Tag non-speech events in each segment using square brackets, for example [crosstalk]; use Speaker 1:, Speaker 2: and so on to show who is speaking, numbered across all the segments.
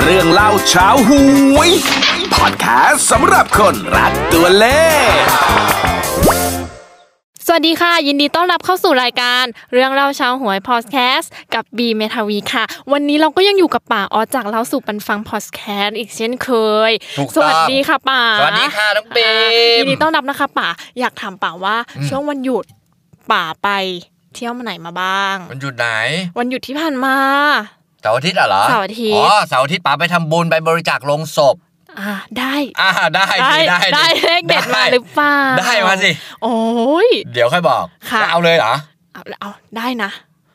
Speaker 1: เรื่องเล่าเช้าหวยพอดแคสต์สำหรับคนรักตัวเลข
Speaker 2: สวัสดีค่ะ ยินดีต้อนรับเข้าสู่รายการ เรื่องเล่าเช้าหวยพอดแคสต์กับบีเมทาวีค่ะ วันนี้เราก็ยังอยู่กับป่าออจากเล่าสู่ปันฟังพอดแคสต์อีกเช่นเคย
Speaker 3: ถูกต้อง
Speaker 2: สวัสดีค่ะป่า
Speaker 3: สวัสดีค่ะน้องบีม
Speaker 2: อ่ายินดีต้อนรับนะคะป่าอยากถามป่าว่า ช่วงวันหยุดป่าไปเที่ยวมาไหนมาบ้าง
Speaker 3: มันหยุดไหน
Speaker 2: วันหยุดที่ผ่านมา
Speaker 3: เสาร์อาทิตย์อะเหรอ
Speaker 2: เสาร์อาทิตย์
Speaker 3: อ๋อเสาร์อาทิตย์ป๋าไปทำบุญไปบริจาคโลงศพ
Speaker 2: อ่าได้
Speaker 3: อ่าได้สิได้สิ
Speaker 2: ได้เลขเด็ดมาหรือเปล่า
Speaker 3: ได้มาสิ
Speaker 2: โอ้ย
Speaker 3: เดี๋ยวค่อยบอก
Speaker 2: ค่ะ
Speaker 3: แล้วเอาเลยเหรอ
Speaker 2: เอาเอาได้นะ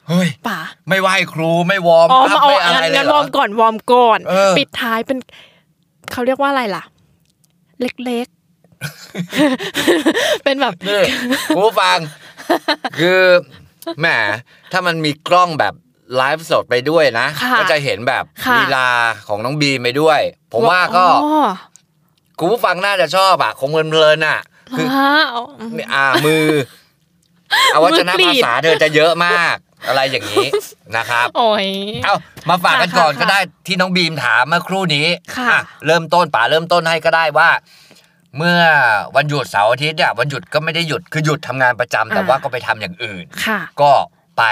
Speaker 3: เฮ้ย
Speaker 2: ป่า
Speaker 3: ไม่ไหว้ครูไม่วอร์ม
Speaker 2: อ๋อ
Speaker 3: อัพ
Speaker 2: มาเอา
Speaker 3: ไม่อะไร
Speaker 2: งั้น
Speaker 3: เลย
Speaker 2: งั้น
Speaker 3: เหร
Speaker 2: วอ
Speaker 3: อ
Speaker 2: ร์มก่อนวอร์มก่อน
Speaker 3: เออ
Speaker 2: ปิดท้ายเป็นเขาเรียกว่าอะไรล่ะ เล็ก
Speaker 3: [laughs]
Speaker 2: ๆ เป็นแบบ
Speaker 3: นี่คุณผู้ฟัง คือแหมถ้ามันมีกล้องแบบไลฟ์สดไปด้วยนะ
Speaker 2: ค่ะ
Speaker 3: ก็จะเห็นแบบ
Speaker 2: ค่ะ
Speaker 3: ลีลาของน้องบีมไปด้วย ผมว่าก็
Speaker 2: อ๋อ
Speaker 3: คุณผู้ฟังน่าจะชอบอะคงเพลินๆอะคือ
Speaker 2: ว้าวอืม
Speaker 3: อ่ามือ เอาวัจนะ
Speaker 2: มือกรีด
Speaker 3: ภาษาเธอจะเยอะมาก อะไรอย่างนี้นะครับ
Speaker 2: โอ้ย
Speaker 3: เอามาฝากกันก่อน
Speaker 2: ค่ะ
Speaker 3: ก็ได้ที่น้องบีมถามเมื่อครู่นี้
Speaker 2: ค่ะ
Speaker 3: อ่เริ่มต้นป๋าเริ่มต้นให้ก็ได้ว่า เมื่อวันหยุดเสาร์อาทิตย์เนี่ยวันหยุดก็ไม่ได้หยุดคือหยุดทำงานประจำแต่ว่าก็ไปทำอย่างอื่น
Speaker 2: ค่ะ
Speaker 3: ก็ไป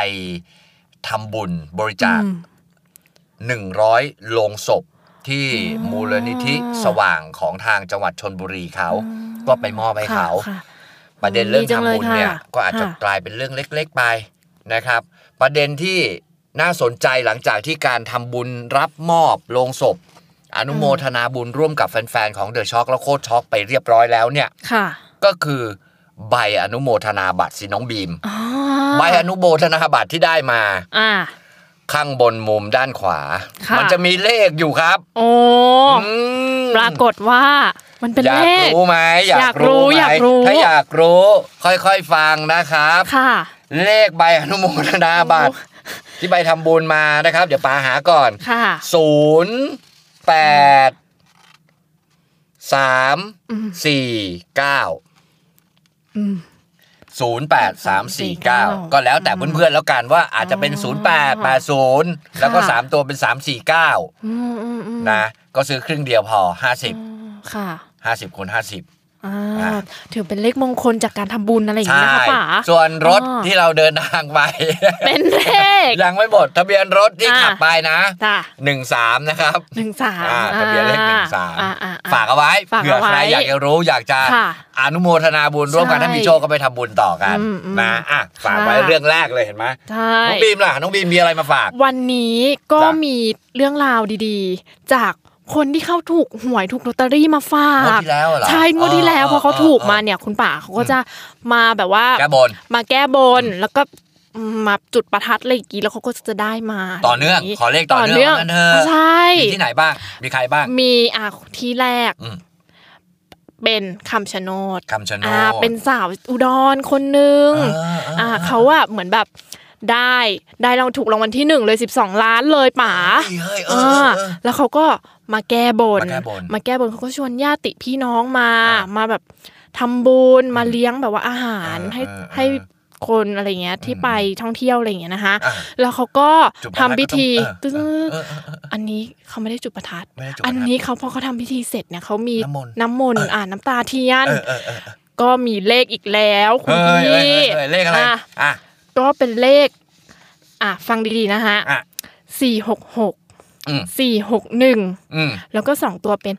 Speaker 3: ทำบุญบริจาค
Speaker 2: อืม
Speaker 3: หนึ่งร้อยโลงศพที่มูลนิธิ
Speaker 2: อ๋อ
Speaker 3: สว่างของทางจังหวัดชนบุรีเขาก็ไปมอบให้เขา
Speaker 2: ค่ะ
Speaker 3: ประเด็นเรื่องทำบุญเนี่ย
Speaker 2: ดีจังเลยค่ะ
Speaker 3: ก็อาจจะ
Speaker 2: ค่ะ
Speaker 3: กลายเป็นเรื่องเล็กๆไปนะครับ ประเด็นที่น่าสนใจหลังจากที่การทำบุญรับมอบโลงศพ อนุโมทนาบุญร่วมกับแฟนๆของเดอะช็อกและโคตรช็อกไปเรียบร้อยแล้วเนี่ย
Speaker 2: ค่ะ
Speaker 3: ก็คือใบอนุโมทนาบัตรสิน้องบีม
Speaker 2: อ๋อ
Speaker 3: ใบอนุโมทนาบัตรที่ได้มา
Speaker 2: อ่า
Speaker 3: ข้างบนมุมด้านขวา
Speaker 2: ค่ะ
Speaker 3: มัจะมีเลขอยู่ครับ
Speaker 2: โอ้
Speaker 3: อืม
Speaker 2: ปรากฏว่า มันเป็น
Speaker 3: อยา
Speaker 2: เล
Speaker 3: ก
Speaker 2: ข
Speaker 3: รู้ไหม
Speaker 2: อยากรู้
Speaker 3: ไหม
Speaker 2: อยากรู้
Speaker 3: ถ้าอยากรู้ ค่อยๆฟังนะครับ
Speaker 2: ค่ะ
Speaker 3: เลขใบอนุโมทนาบัตร ที่ไปทำบุญมานะครับ เดี๋ยวปาหาก่อน
Speaker 2: ค่ะ
Speaker 3: ศูนย์แปดสาม
Speaker 2: อืม
Speaker 3: สี่เก้า
Speaker 2: อืม
Speaker 3: ศูนย์แปดสามสี่เก้าก็แล้วแต่เพื่อนๆแล้วกันว่าอาจจะเป็นศูนย์แปดแปดศูนย์แล้วก็สามตัวเป็นสามสี่เก้า
Speaker 2: อืมอืมอืม
Speaker 3: นะ ก็ซื้อครึ่งเดียวพอห้าสิบ
Speaker 2: อืมค่ะ
Speaker 3: ห้าสิบคูณห้าสิบ
Speaker 2: อ่า
Speaker 3: อ่า
Speaker 2: ถือเป็นเลขมงคลจากการทำบุญอะไรอย่าง
Speaker 3: ใช่
Speaker 2: นี้นะคะป๋า
Speaker 3: ส่วนรถ
Speaker 2: อ่า
Speaker 3: ที่เราเดินทางไป
Speaker 2: เป็นเลข
Speaker 3: [laughs] ยังไม่หมดทะเบียนรถที่
Speaker 2: อ่า
Speaker 3: ขับไปนะ
Speaker 2: จ้ะ
Speaker 3: หนึ่งสามนะครับ
Speaker 2: หนึ่งสาม
Speaker 3: อ่าทะเบียนเลขหนึ่งสาม
Speaker 2: อ่อ่อ่
Speaker 3: ฝากเอาไว้
Speaker 2: ฝาก
Speaker 3: เผื่อ
Speaker 2: เอาไว้
Speaker 3: ใครอยากจะรู้อยากจะ
Speaker 2: ค่ะ
Speaker 3: อนุโมทนาบุญร่วมกัน
Speaker 2: ใช่
Speaker 3: ถ้ามีโชคก็ไปทำบุญต่อกัน
Speaker 2: อืมอืม
Speaker 3: นะอ่ะฝากไว้
Speaker 2: ค่ะ
Speaker 3: เรื่องแรกเลยเห็นไหม
Speaker 2: ใช่
Speaker 3: น้องบีมล่ะน้องบีมมีอะไรมาฝาก
Speaker 2: วันนี้ก็
Speaker 3: จ้ะ
Speaker 2: มีเรื่องราวดีๆ จากคนที่เขาถูกหวยถูกลอตเตอรี่มาฝาง
Speaker 3: ว
Speaker 2: ก
Speaker 3: ดที่แล้วเหรอ
Speaker 2: ใช่งวดที่แล้วพอเขาถูกมาเนี่ยคุณป๋าเขาก็จะมาแบบว่า
Speaker 3: แก้บน
Speaker 2: มาแก้บนแล้วก็มาจุดประทัดอะไรอย่างงี้แล้วเขาก็จะได้มา
Speaker 3: ต่อเนื่อง
Speaker 2: ย่านี้
Speaker 3: ขอเลขต่อเนื่อง
Speaker 2: ต่
Speaker 3: ว่างั้นเถอะ
Speaker 2: ใช่
Speaker 3: มีที่ไหนบ้าง มีใครบ้าง
Speaker 2: มีอ่ะที่แรก
Speaker 3: อืม
Speaker 2: เป็นคำชะโนด
Speaker 3: คำชะโนด
Speaker 2: อ่าเป็นสาวอุดรคนหนึ่ง
Speaker 3: เออเออ
Speaker 2: อ่าเขาอะเหมือนแบบได้ได้เราถูกรางวัลที่หนึ่งเลย 12 ล้านเลยป๋า
Speaker 3: เฮ้ยเฮ้ยเออ
Speaker 2: อ่า
Speaker 3: เออ
Speaker 2: แล้วเขาก็มาแก้บน
Speaker 3: มาแก้บน
Speaker 2: มาแก้บนเขาก็ชวนญาติพี่น้องมา
Speaker 3: อ่า
Speaker 2: มาแบบทำบุญมาเลี้ยงแบบว่าอาหาร
Speaker 3: เออ
Speaker 2: ให้
Speaker 3: เออ
Speaker 2: ให้คนอะไรเงี้ยที่
Speaker 3: อืม
Speaker 2: ไปท่องเที่ยวอะไรเงี้ยนะคะ
Speaker 3: อ่ะ
Speaker 2: แล้วเขาก็
Speaker 3: จุดประทั
Speaker 2: ทำ
Speaker 3: ด
Speaker 2: พิธี
Speaker 3: ก็ต้องเออเออเออเออเออ
Speaker 2: อันนี้เขาไม่ได้จุดประทัด
Speaker 3: ไม่ได้จุดประทัด
Speaker 2: อันนี้เขาพอเขาทำพิธีเสร็จเนี่ยเขามี
Speaker 3: น้ำมนต์
Speaker 2: น้ำมนต์อ่าน้ำตาเทียน
Speaker 3: เออเออเออเออ
Speaker 2: ก็มีเลขอีกแล้วคุ
Speaker 3: เฮ้
Speaker 2: ณ
Speaker 3: ย
Speaker 2: พี่
Speaker 3: เฮ้ยเฮ้ยเฮ้ยเลขอะไร
Speaker 2: อ่
Speaker 3: อ่ะ
Speaker 2: ก็เป็นเลข อ่ะ ฟังดีๆนะฮะ
Speaker 3: อ่ะ
Speaker 2: สี่หกหก
Speaker 3: อืม
Speaker 2: สี่หกหนึ่ง
Speaker 3: อืม
Speaker 2: แล้วก็สองตัวเป็น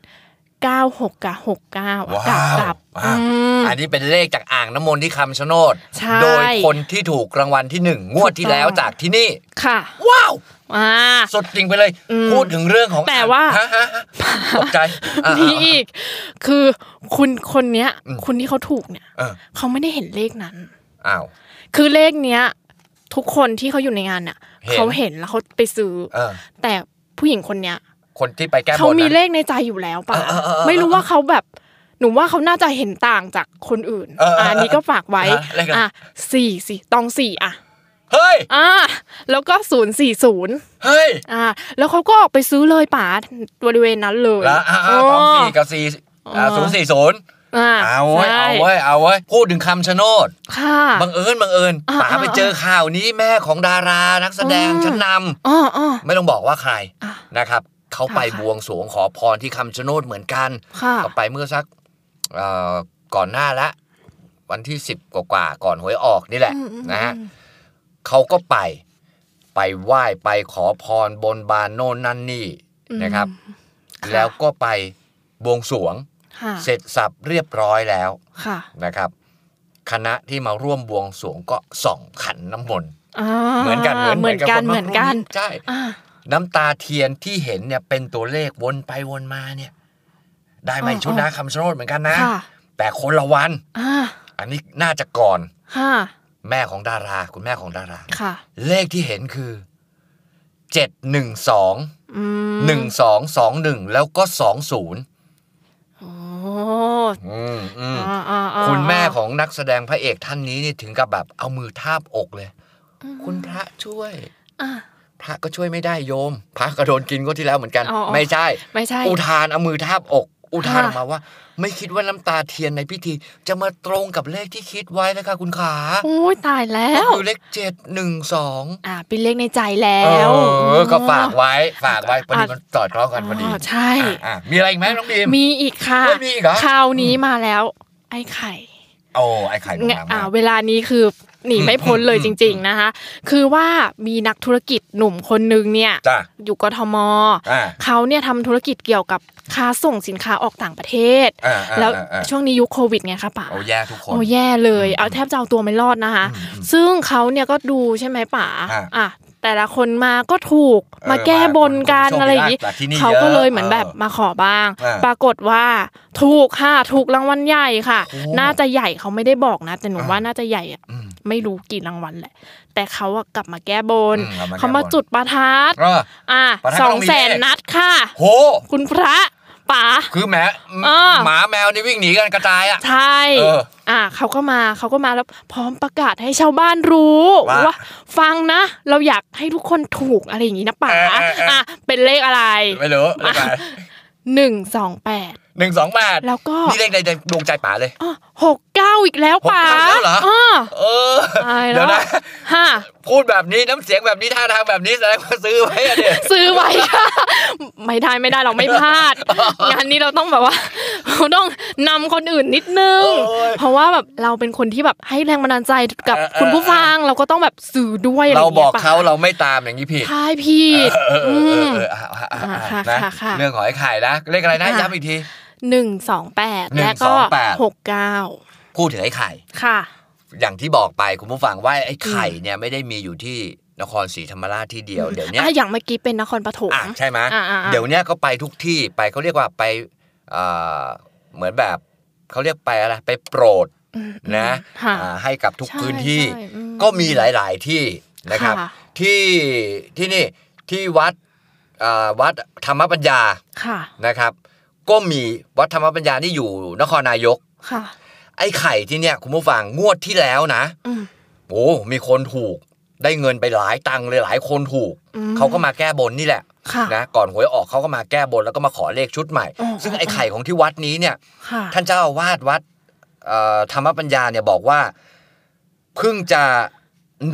Speaker 2: เก้าหกกับหกเก้า
Speaker 3: ว้าว
Speaker 2: กลับกลับ
Speaker 3: ว้าว
Speaker 2: อืม
Speaker 3: อันนี้เป็นเลขจากอ่างน้ำมนต์ที่คำชะโนด
Speaker 2: ใช่
Speaker 3: โดยคนที่ถูกรางวัลที่หนึ่งงวดที่แล้ว
Speaker 2: ถูกต้อง
Speaker 3: จากที่นี่
Speaker 2: ค่ะ
Speaker 3: ว้าว
Speaker 2: อ่า
Speaker 3: สดจริงไปเลย
Speaker 2: อืม
Speaker 3: พูดถึงเรื่องของ
Speaker 2: แต่ว่า
Speaker 3: ฮะ
Speaker 2: [laughs]
Speaker 3: ฮะฮะตกใจอ่ะ
Speaker 2: มีอีก คือคุณคนเนี้ย
Speaker 3: อืม
Speaker 2: คุณที่เขาถูกเนี่ย
Speaker 3: เออ
Speaker 2: เขาไม่ได้เห็นเลขนั้น
Speaker 3: อ้าว
Speaker 2: คือเลขเนี้ย ทุกคนที่เขาอยู่ในงานเนี่ย
Speaker 3: เห็น
Speaker 2: เขาเห็นแล้วเขาไปซื้อ
Speaker 3: เออ
Speaker 2: แต่ผู้หญิงคนเนี้ย
Speaker 3: คนที่ไปแก้บน
Speaker 2: เขามีเล
Speaker 3: นะ
Speaker 2: ขในใจอยู่แล้วป่ะ
Speaker 3: เออเออเออ
Speaker 2: ไม่รู้ว่าเขาแบบ หนูว่าเขาน่าจะเห็นต่างจากคนอื่น
Speaker 3: เออเออเอออั
Speaker 2: นนี้ก็ฝากไว้
Speaker 3: ฮะเลขอะไร
Speaker 2: อ่ะสี่สี่ตองสี่อ่ะ
Speaker 3: เฮ้ย
Speaker 2: อ่า แล้วก็ศูนย์สี่ศูนย์
Speaker 3: เฮ้ย
Speaker 2: อ่า แล้วเขาก็ออกไปซื้อเลยป๋าบริเวณนั้นเลย
Speaker 3: แล้วอ่ะอ่ะ
Speaker 2: โ
Speaker 3: สองสี่กับสี่อ่ะศูนย์สี่ศูนย์
Speaker 2: อ่า
Speaker 3: เอาเว้ย
Speaker 2: ใช่
Speaker 3: เอาเว้ยเอาเว้ยพูดถึงคำชะโนด
Speaker 2: ค่ะ
Speaker 3: บังเอิญบังเอิญ
Speaker 2: อ่ะ
Speaker 3: ป๋าไป
Speaker 2: อ่ะ
Speaker 3: เจอข่าวนี้แม่ของดารานักแสดง
Speaker 2: อ่ะ
Speaker 3: ชั้นนำ
Speaker 2: อ๋ออ๋อ
Speaker 3: ไม่ต้องบอกว่าใคร
Speaker 2: อ่ะ
Speaker 3: นะครับ เขาไป
Speaker 2: ค่ะค่ะ
Speaker 3: บวงสรวงขอพรที่คำชะโนดเหมือนกัน
Speaker 2: ค่ะ
Speaker 3: ก็ไปเมื่อสักเอ่อก่อนหน้าละวันที่สิบกว่าๆก่อนหวยออกนี่แหละ
Speaker 2: อืมอืม
Speaker 3: นะฮะ
Speaker 2: อืม
Speaker 3: เขาก็ไปไปไหว้ไปขอพรบนบานโน่นนั่นนี่นะครับ
Speaker 2: ค่ะ
Speaker 3: แล้วก็ไปบวงสรวง
Speaker 2: ค่ะ
Speaker 3: เสร็จสับเรียบร้อยแล้ว
Speaker 2: ค่ะ
Speaker 3: นะครับ คณะที่มาร่วมบวงสรวงก็ส่องขันน้ำมนต์
Speaker 2: า
Speaker 3: เหมือนกัน
Speaker 2: เหมือนกัน
Speaker 3: บค
Speaker 2: เหมือนกัน
Speaker 3: คใช่
Speaker 2: อ่า
Speaker 3: น้ำตาเทียนที่เห็นเนี่ยเป็นตัวเลขวนไปวนมาเนี่ย ได้มาอีกชุดนะคำชะโนดเหมือนกันนะ
Speaker 2: ค่ะ
Speaker 3: แต่คนละวัน
Speaker 2: อ่า
Speaker 3: อันนี้น่าจะก่อน
Speaker 2: ค่ะ
Speaker 3: แม่ของดารา คุณแม่ของดารา
Speaker 2: ค่ะ
Speaker 3: เลขที่เห็นคือเจ็ดหนึ่งสอง
Speaker 2: อืม
Speaker 3: หนึ่งสองสองหนึ่งแล้วก็สองศูนย์
Speaker 2: โอ้
Speaker 3: คุณแม่ของนักแสดงพระเอกท่านนี้นี่ถึงกับแบบเอามือทาบอกเลย คุณพระช่วย
Speaker 2: อ่า
Speaker 3: พระก็ช่วยไม่ได้โยม พระก็โดนกินก็ที่แล้วเหมือนกัน
Speaker 2: อ๋ออ๋อ
Speaker 3: ไม่ใช่
Speaker 2: ไม่ใช่
Speaker 3: อุทานเอามือทาบอก อุทานอ
Speaker 2: ค่ะ
Speaker 3: อกมาว่า ไม่คิดว่าน้ำตาเทียนในพิธี จะมาตรงกับเลขที่คิดไว้นะคะ คุณขา
Speaker 2: โอ้ยตายแล้
Speaker 3: ก็
Speaker 2: ว
Speaker 3: คือเลขเจ็ดหนึ่งสอง
Speaker 2: อ่าเป็นเลขในใจแล้ว
Speaker 3: เออก็ฝากไว้ฝากไว้พอดี
Speaker 2: ะ
Speaker 3: มันต่อดคล้องกันพอดี
Speaker 2: ใช่
Speaker 3: อ่ะอ่ะมีอะไรอีกไหมน้องบีม
Speaker 2: มีอีกค่ะ
Speaker 3: เฮ้ยมีอีกเหรอ
Speaker 2: คราวนี้มาแล้ว ไอ้ไข่
Speaker 3: โอ้ไอ้ไข่ลง
Speaker 2: เนี่ย
Speaker 3: มา
Speaker 2: อ่า
Speaker 3: มา
Speaker 2: เวลานี้คือหนีไม่พ้นเลย
Speaker 3: อืม
Speaker 2: จ
Speaker 3: อืม
Speaker 2: ริง ๆนะคะ คือว่ามีนักธุรกิจหนุ่มคนนึงเนี่ย
Speaker 3: จ้ะ
Speaker 2: อยู่กทม
Speaker 3: อ่า
Speaker 2: เขาเนี่ยทำธุรกิจเกี่ยวกับค้าส่งสินค้าออกต่างประเทศ
Speaker 3: อ่าอ่า
Speaker 2: แล้ว
Speaker 3: อ่าอ่า
Speaker 2: ช่วงนี้ยุคโควิดไงคะป่า
Speaker 3: โอ้แย่ทุกคน
Speaker 2: โอ้แย่เลย เอาแทบจะเอาตัวไม่รอดนะคะ ซึ่งเขาเนี่ยก็ดูใช่ไหมป๋า
Speaker 3: อ่ะ
Speaker 2: อ่ะแต่ละคนมาก็ถูก
Speaker 3: เออ
Speaker 2: มาแก้บนกัน
Speaker 3: มาคน
Speaker 2: อะไรอย่างนี้
Speaker 3: จากที่นี่
Speaker 2: เขาก็เลยเหมือนแบบ
Speaker 3: เยอะ
Speaker 2: มาขอบ้าง
Speaker 3: อ่ะ
Speaker 2: ปรากฏว่าถูกค่ะถูกรางวัลใหญ่ค่ะ
Speaker 3: โอ้
Speaker 2: น่าจะใหญ่เขาไม่ได้บอกนะ แต่หนู
Speaker 3: อ่ะ
Speaker 2: ว่าน่าจะใหญ่อะ
Speaker 3: อืม
Speaker 2: ไม่รู้กี่รางวัลแหละ แต่เขาอะกลับมาแก้บน
Speaker 3: อืมกลับมาแก้บน
Speaker 2: เขามาจุดประทัด
Speaker 3: เออ
Speaker 2: อ่ะ
Speaker 3: ประทัด
Speaker 2: ส
Speaker 3: ก็
Speaker 2: อ
Speaker 3: ต้
Speaker 2: ง
Speaker 3: องมี
Speaker 2: แสน
Speaker 3: เลข
Speaker 2: นัดค่ะ
Speaker 3: โห
Speaker 2: คุณพระป๋า
Speaker 3: คือแหม
Speaker 2: เออ
Speaker 3: หมาแมวนี่วิ่งหนีกันกระจายอ่ะ
Speaker 2: ใช่
Speaker 3: เออ
Speaker 2: อ่าเขาก็มาเขาก็มาแล้วพร้อมประกาศให้ชาวบ้านรู้
Speaker 3: ว่า
Speaker 2: ว่าฟังนะ เราอยากให้ทุกคนถูกอะไรอย่างนี้นะป๋า
Speaker 3: เออเออเอออ่
Speaker 2: อ่ะเป็นเลขอะไร
Speaker 3: ไม่รู้เลขอะไร
Speaker 2: หนึ่งสองแปด
Speaker 3: หนึ่งสองแปด
Speaker 2: แล้วก็
Speaker 3: นี่เลขในดวงใจป๋าเลย
Speaker 2: อ้อหกเก้าอีกแล้วป๋า
Speaker 3: หกเก้าแล้วเหรอ
Speaker 2: อ
Speaker 3: เออ
Speaker 2: ตาย
Speaker 3: เดี๋
Speaker 2: แล้
Speaker 3: ยววนะ
Speaker 2: ฮะ
Speaker 3: พูดแบบนี้น้ำเสียงแบบนี้ท่าทางแบบนี้แสดงว่าซื้อไว้อะเด็ก
Speaker 2: ซื้อไว้ [laughs] ค่ะ ไม่ได้ไม่ได้เราไม่พลาด งานนี้เราต้องแบบว่า [laughs] เราต้องนำคนอื่นนิดนึง
Speaker 3: โอ้ย
Speaker 2: เพราะว่าแบบเราเป็นคนที่แบบให้แรงบันดาลใจกับ
Speaker 3: เออเออ
Speaker 2: คุณผู้ฟังเราก็ต้องแบบสื่อด้วยอะไรอ
Speaker 3: เรา
Speaker 2: ย่าง
Speaker 3: บ
Speaker 2: เงี้
Speaker 3: อย ก
Speaker 2: ป๋า
Speaker 3: เขาเราไม่ตามอย่างนี้ผิด
Speaker 2: ทายผิด
Speaker 3: เออเออเออเอออ่ะอ่ะอ่ะ
Speaker 2: อ่า
Speaker 3: อ่ะ
Speaker 2: ค่ะ
Speaker 3: นะ
Speaker 2: ค่ะค่ะ
Speaker 3: เรื่องของไอ้ไข่นะเรียกอะไรนะย้ำอีกที
Speaker 2: หนึ่งสองแปด
Speaker 3: หนึ่ง
Speaker 2: และก็
Speaker 3: สองแปด
Speaker 2: หกเก้า
Speaker 3: พูดถึงไอ้ไข่
Speaker 2: ค่ะ
Speaker 3: อย่างที่บอกไปคุณผู้ฟังว่าไอ้ไข่เนี่ยไม่ได้มีอยู่ที่นครศรีธรรมราชที่เดียว เดี๋ยวเนี้ย
Speaker 2: อ่ะอย่างเมื่อกี้เป็นนครปฐม
Speaker 3: อ่ะใช่ไหม
Speaker 2: อ่ะอ่ะอ่ะ
Speaker 3: เดี๋ยวเนี้ยก็ไปทุกที่ไปเขาเรียกว่าไปเอ่อเหมือนแบบเขาเรียกไปอะไรไปโปรด
Speaker 2: อืม
Speaker 3: นะ
Speaker 2: ค่ะ
Speaker 3: อ่าให้กับทุก
Speaker 2: ใช่
Speaker 3: พื้นที่
Speaker 2: ใช่อื
Speaker 3: ก็มีหลาย ๆ ที่นะครับ
Speaker 2: ค่ะ
Speaker 3: ที่ที่นี่ที่วัดอ่าวัดธรรมปัญญา
Speaker 2: ค่ะ
Speaker 3: นะครับ ก็มีวัดธรรมปัญญานี่อยู่นครนายก
Speaker 2: ค่ะ
Speaker 3: ไอ้ไข่ที่เนี่ยคุณผู้ฟังงวดที่แล้วนะ
Speaker 2: อืม
Speaker 3: โอ้มีคนถูกได้เงินไปหลายตังค์เลยหลายคนถูก
Speaker 2: อืม
Speaker 3: เขาก็มาแก้บนนี่แหละ
Speaker 2: ค่ะ
Speaker 3: นะก่อนหวยออกเขาก็มาแก้บนแล้วก็มาขอเลขชุดใหม่
Speaker 2: อ๋อ
Speaker 3: ซึ่งไอ้ไข่ของที่วัดนี้เนี่ย
Speaker 2: ค่ะ
Speaker 3: ท่านเจ้าอาวาสวัดเอ่อธรรมปัญญาเนี่ยบอกว่าเพิ่งจะ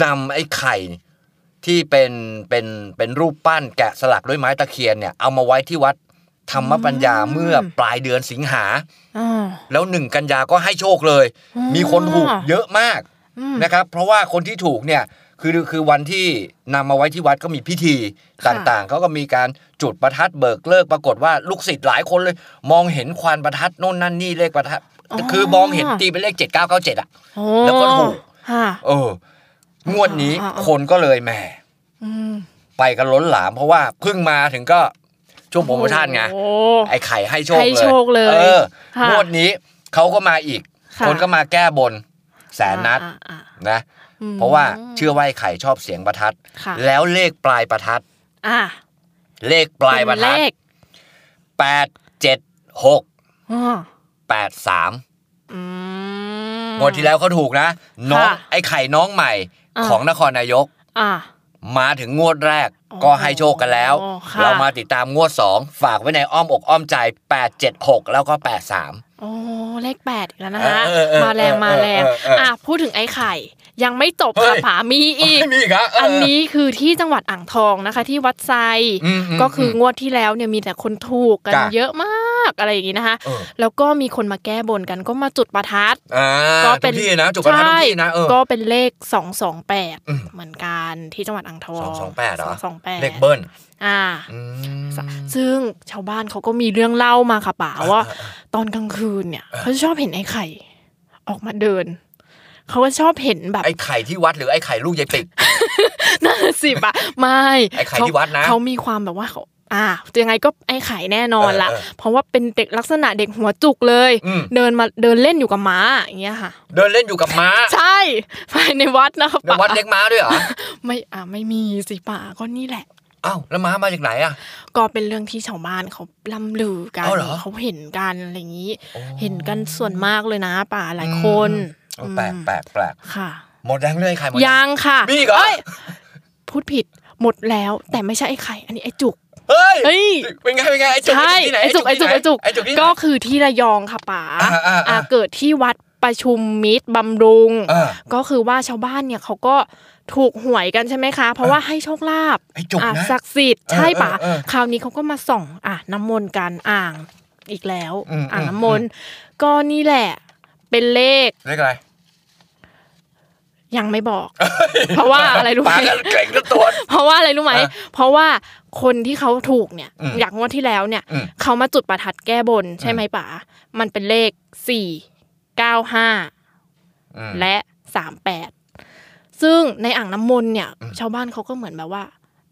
Speaker 3: นำไอ้ไข่ที่เป็นเป็นเป็นรูปปั้นแกะสลักด้วยไม้ตะเคียนเนี่ยเอามาไว้ที่วัดธรรมปัญญาเมื่อปลายเดือนสิงหา
Speaker 2: อ่า
Speaker 3: แล้วหนึ่งกันยาก็ให้โชคเลย
Speaker 2: อืม
Speaker 3: มีคนถูกเยอะมาก
Speaker 2: อืม
Speaker 3: นะครับ เพราะว่าคนที่ถูกเนี่ยคือคือวันที่นำมาไว้ที่วัดก็มีพิธี
Speaker 2: ค่ะ
Speaker 3: ต่างๆเขาก็มีการจุดประทัดเบิกเลิกปรากฏว่าลูกศิษย์หลายคนเลย มองเห็นควันประทัดโน่นนั่นนี่เลขประทัดคือมองเห็นตีเป็นเลข 7997 อ่ะ
Speaker 2: โอ้
Speaker 3: แล้วก็ถูก
Speaker 2: ค่ะ
Speaker 3: เออ งวดนี้
Speaker 2: อ่าอ่า
Speaker 3: คนก็เลยแหม
Speaker 2: อืม
Speaker 3: ไปกันล้นหลาม เพราะว่าเพิ่งมาถึงก็ช่วงโปรโมชั่นไง
Speaker 2: โอ้
Speaker 3: ไอ้ไข่ให้โชคเลย
Speaker 2: ให้โชคเลย
Speaker 3: เออ
Speaker 2: ค่ะ
Speaker 3: งวดนี้เขาก็มาอีก
Speaker 2: ค่ะ
Speaker 3: คนก็มาแก้บนแสนนัด
Speaker 2: อ่าอ่าอ่า
Speaker 3: นะ
Speaker 2: อืม
Speaker 3: เพราะว่าเชื่อว่าไอ้ไข่ชอบเสียงประทัด
Speaker 2: ค่ะ
Speaker 3: แล้วเลขปลายประทัด
Speaker 2: อ่า
Speaker 3: เลขปลายประทัด
Speaker 2: เป็นเลข
Speaker 3: แปดเจ็ดหก
Speaker 2: อ่า
Speaker 3: แปดสาม
Speaker 2: อืม
Speaker 3: งวดที่แล้วเขาถูกนะน้อง
Speaker 2: ค่ะ
Speaker 3: ไอ้ไข่น้องใหม่
Speaker 2: อ่า
Speaker 3: ของนครนายก
Speaker 2: อ่า
Speaker 3: มาถึงงวดแรก
Speaker 2: โอ้
Speaker 3: ก็ให้โชคกันแล้ว
Speaker 2: ค่ะ
Speaker 3: เรามาติดตามงวด 2 ฝากไว้ในอ้อมอกอ้อมใจ 8 7 6 แล้วก็ 8 3
Speaker 2: โอ้เลขแปดอีกแล้วนะคะ
Speaker 3: เออเออเออ
Speaker 2: มาแรงมาแรง
Speaker 3: เออเออเอออ่
Speaker 2: อ่ะพูดถึงไอ้ไข่ ยังไม่จบค่ะ
Speaker 3: เฮ้ย
Speaker 2: ผามีอีก
Speaker 3: ไม่มีอีกะเ
Speaker 2: อันนี้คือที่จังหวัดอ่างทองนะคะ ที่วัดไซ
Speaker 3: อืมอืม
Speaker 2: ก็คืองวดที่แล้วเนี่ยมีแต่คนถูกกัน
Speaker 3: จ้ะ
Speaker 2: เยอะมากอะไรอย่างนี้นะคะ
Speaker 3: เออ
Speaker 2: แล้วก็มีคนมาแก้บนกันก็มาจุดประทัด
Speaker 3: อ่า
Speaker 2: ก็
Speaker 3: ทุ
Speaker 2: เป็น
Speaker 3: กที่นะจุกประทัดทุกที่นะเออ
Speaker 2: ก็เป็นเลขสองสองแปด
Speaker 3: อืม
Speaker 2: เหมือนกันที่จังหวัดอ่างทอง
Speaker 3: 228เหรอ
Speaker 2: สองแปด
Speaker 3: เลขเบิ้ล
Speaker 2: อ่า
Speaker 3: อืม
Speaker 2: ซึ่งชาวบ้านเขาก็มีเรื่องเล่ามาค่ะป๋าว่า ตอนกลางคืนเนี่ยเขาจะชอบเห็นไอ้ไข่ ออกมาเดิน เขาก็ชอบเห็นแบบ
Speaker 3: ไอ้ไข่ที่วัดหรือไอ้ไข่ลูกยายติก
Speaker 2: น่า [laughs] สิบอะไม่
Speaker 3: ไอ้ไข่ที่วัดนะ
Speaker 2: เขามีความแบบว่าเขาอ่ายังไงก็ไอ้ไข่แน่นอนละ
Speaker 3: เออเออ
Speaker 2: เพราะว่าเป็นเด็กลักษณะเด็กหัวจุกเลย
Speaker 3: อืม
Speaker 2: เดินมาเดินเล่นอยู่กับม้าอย่างเงี้ยค่ะ
Speaker 3: เดินเล่นอยู่กับม้า
Speaker 2: ใช่ภายในวัดนะคะ
Speaker 3: ใน
Speaker 2: ป๋า
Speaker 3: วัดเลี้ยงม้าด้วยเหรอ
Speaker 2: ไม่อ่าไม่มีสิป่าก็นี่แหละ
Speaker 3: อ้าวแล้วม้ามาจากไหนอ่ะ
Speaker 2: ก็เป็นเรื่องที่ชาวบ้านเขาล่ำลือกัน
Speaker 3: เอาเหรอ
Speaker 2: เห็นกันอะไรอย่างนี้ เห็นกันส่วนมากเลยนะป่าหลายคน
Speaker 3: เออแปลกแปลกแปลก
Speaker 2: ค่ะ
Speaker 3: หมดแรงเลยไข่หมด
Speaker 2: ยังค่ะ
Speaker 3: มีอีกเหรอ
Speaker 2: เอ้ยพูดผิดหมดแล้วแต่ไม่ใช่ไอ้ไข่ อันนี้ไอ้จุก
Speaker 3: เฮ้ย
Speaker 2: เอ้ย
Speaker 3: เป็นไงเป็นไงไอ้จุก
Speaker 2: ใช่
Speaker 3: ที่ไหน
Speaker 2: ไอ้จุกไอ้จุกไอ้จุก
Speaker 3: ไอ้จุกที่ไหน
Speaker 2: ก็คือที่ระยองค่ะป่า
Speaker 3: อ่าอ่าอ่า
Speaker 2: อ่าเกิดที่วัดประชุมมิตรบำรุง
Speaker 3: เออ
Speaker 2: ก็คือว่าชาวบ้านเนี่ยเขาก็ถูกหวยกันใช่ไหมคะ เพราะว่าให้โชคลาภ
Speaker 3: ไอ้จุกนะ
Speaker 2: อ่ะศักดิ์สิทธิ์ใช่ป่ะ
Speaker 3: เออเออเออ
Speaker 2: คราวนี้เขาก็มาส่องอ่ะน้ำมนต์กันอ่างอีกแล้ว
Speaker 3: อืม
Speaker 2: อ่างน้ำมนต์ก็นี่แหละ เป็นเลข
Speaker 3: เรียกอะไร
Speaker 2: ยังไม่บอก เพราะว่าอะไรรู้ไห
Speaker 3: ปามกันเกร็งทั้งตัว
Speaker 2: เพราะว่าอะไรรู้ไหม
Speaker 3: อ่ะ
Speaker 2: เพราะว่าคนที่เขาถูกเนี่ย
Speaker 3: อืม
Speaker 2: อยากงวดที่แล้วเนี่ย
Speaker 3: อืม
Speaker 2: เขามาจุดประทัดแก้บนใช่ไหมป๋ามันเป็นเลขสี่เก้าห้า
Speaker 3: อืม
Speaker 2: และสามแปดซึ่งในอ่างน้ำมนต์เนี่ย
Speaker 3: อืม
Speaker 2: ชาวบ้านเขาก็เหมือนแบบว่า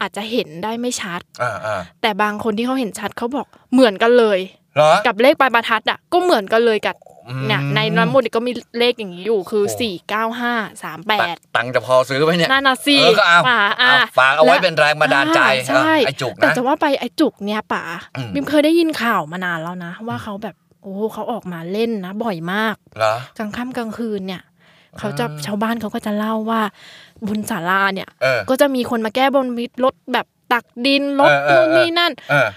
Speaker 2: อาจจะเห็นได้ไม่ชัด
Speaker 3: อ่าอ่า
Speaker 2: แต่บางคนที่เขาเห็นชัดเขาบอกเหมือนกันเลย
Speaker 3: เหรอ
Speaker 2: กับเลขปลายประทัดอ่ะก็เหมือนกันเลยกับ
Speaker 3: อืม
Speaker 2: เนี่ยในน้ำมนต์ก็มีเลขอย่างนี้อยู่คือ
Speaker 3: โอ้
Speaker 2: สี่เก้าห้าสามแป
Speaker 3: ตั
Speaker 2: ด
Speaker 3: ตังค์จะพอซื้อไหมเนี่ย
Speaker 2: นานาซี
Speaker 3: เออก็เอา
Speaker 2: ป่าอ่ะ
Speaker 3: เอาฝากเอาไว้เป็นแรงบันดาลใจ
Speaker 2: อ่าใช่
Speaker 3: เออไอ้จุก
Speaker 2: แต่
Speaker 3: นะ
Speaker 2: จะว่าไปไอ้จุกเนี่ยป่า
Speaker 3: อืม
Speaker 2: บิมเคยได้ยินข่าวมานานแล้วนะ ว่าเขาแบบโอ้โหเขาออกมาเล่นนะบ่อยมาก
Speaker 3: เหรอ
Speaker 2: กลางค่ำกลางคืนเนี่ยเขาจะ
Speaker 3: อ่า
Speaker 2: ชาวบ้านเขาก็จะเล่าว่าบนศาลาเนี่ย
Speaker 3: เออ
Speaker 2: ก็จะมีคนมาแก้บนมีรถแบบตักดินรถ
Speaker 3: เออเอ
Speaker 2: นู่
Speaker 3: อ
Speaker 2: นนี่นั่น
Speaker 3: เออ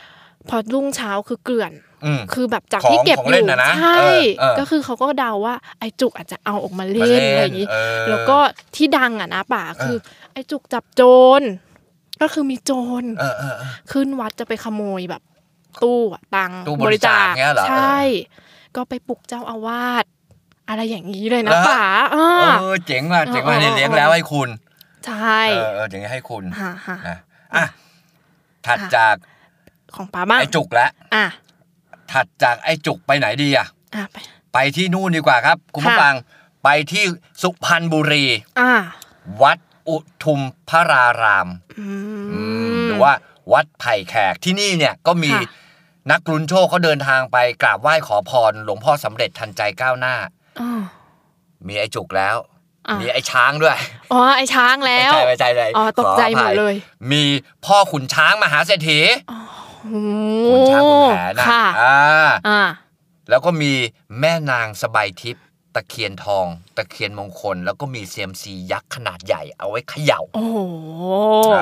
Speaker 2: พอรุ่งเช้าคือเกลื่อน
Speaker 3: อืม
Speaker 2: คือแบบจาก
Speaker 3: ของ
Speaker 2: ที่เก็บ
Speaker 3: ของ
Speaker 2: อ
Speaker 3: เล่
Speaker 2: ยู่
Speaker 3: นน่ะนะ
Speaker 2: ใช่
Speaker 3: เออเออ
Speaker 2: ก็คือเขาก็เดาว่าไอ้จุกอาจจะเอาออกมาเล่น
Speaker 3: มา
Speaker 2: อะไรอย่างนี้
Speaker 3: เออ
Speaker 2: แล้วก็ที่ดังอ่ะนะป่าคือ ไอ้จุกจับโจรก็คือมีโจร
Speaker 3: เออเออเออ
Speaker 2: ขึ้นวัดจะไปขโมยแบบ ตู้อะตังค์
Speaker 3: ตู้บริจาคเงี้ยเหรอ
Speaker 2: ใช่ ก็ไปปลุกเจ้าอาวาสอะไรอย่างนี้เลยนะ
Speaker 3: เหรอ
Speaker 2: ป่าอ่า
Speaker 3: เออเจ๋งว่ะเจ๋งว่ะ
Speaker 2: เออเออ
Speaker 3: เนี่ยเลี้ยงแล้วให้คุณ
Speaker 2: ใช่
Speaker 3: เออเออเจ๋งให้คุณ
Speaker 2: ฮะฮะ
Speaker 3: นะอ่ะถัดจาก
Speaker 2: ของป๋าบ้าง
Speaker 3: ไอ้จุกแล้ว
Speaker 2: อ่ะ
Speaker 3: ถัดจากไอ้จุกไปไหนดีอ่ะ
Speaker 2: อ่ะไป
Speaker 3: ไปที่นู่นดีกว่าครับ คุณผู้
Speaker 2: ค่ะ
Speaker 3: ฟังไปที่สุพรรณบุรี
Speaker 2: อ่ะ
Speaker 3: วัดอุทุมพระราราม
Speaker 2: อืม
Speaker 3: หรือว่าวัดไผ่แขกที่นี่เนี่ยก็มี
Speaker 2: ค่ะ
Speaker 3: นักกรุนโชคเขาเดินทางไปกราบไหว้ขอพร หลวงพ่อสำเร็จทันใจก้าวหน้า
Speaker 2: อ๋อ
Speaker 3: มีไอ้จุกแล้ว
Speaker 2: อ่ะ
Speaker 3: มีไอ้ช้างด้วย
Speaker 2: อ๋อไอ้ช้างแล้ว
Speaker 3: ใจใจใจ
Speaker 2: อ๋อตกใจหมดเลย
Speaker 3: มีพ่อขุนช้างมหาเศรษฐี
Speaker 2: โอ้
Speaker 3: ขุนช้างขุนแผนนะ
Speaker 2: ค่ะ
Speaker 3: อ่า
Speaker 2: อ่ะ
Speaker 3: แล้วก็มีแม่นางสบายทิพย์ตะเคียนทอง ตะเคียนมงคล แล้วก็มีเซียมซียักษ์ขนาดใหญ่เอาไว้เขย่า
Speaker 2: โอ้โห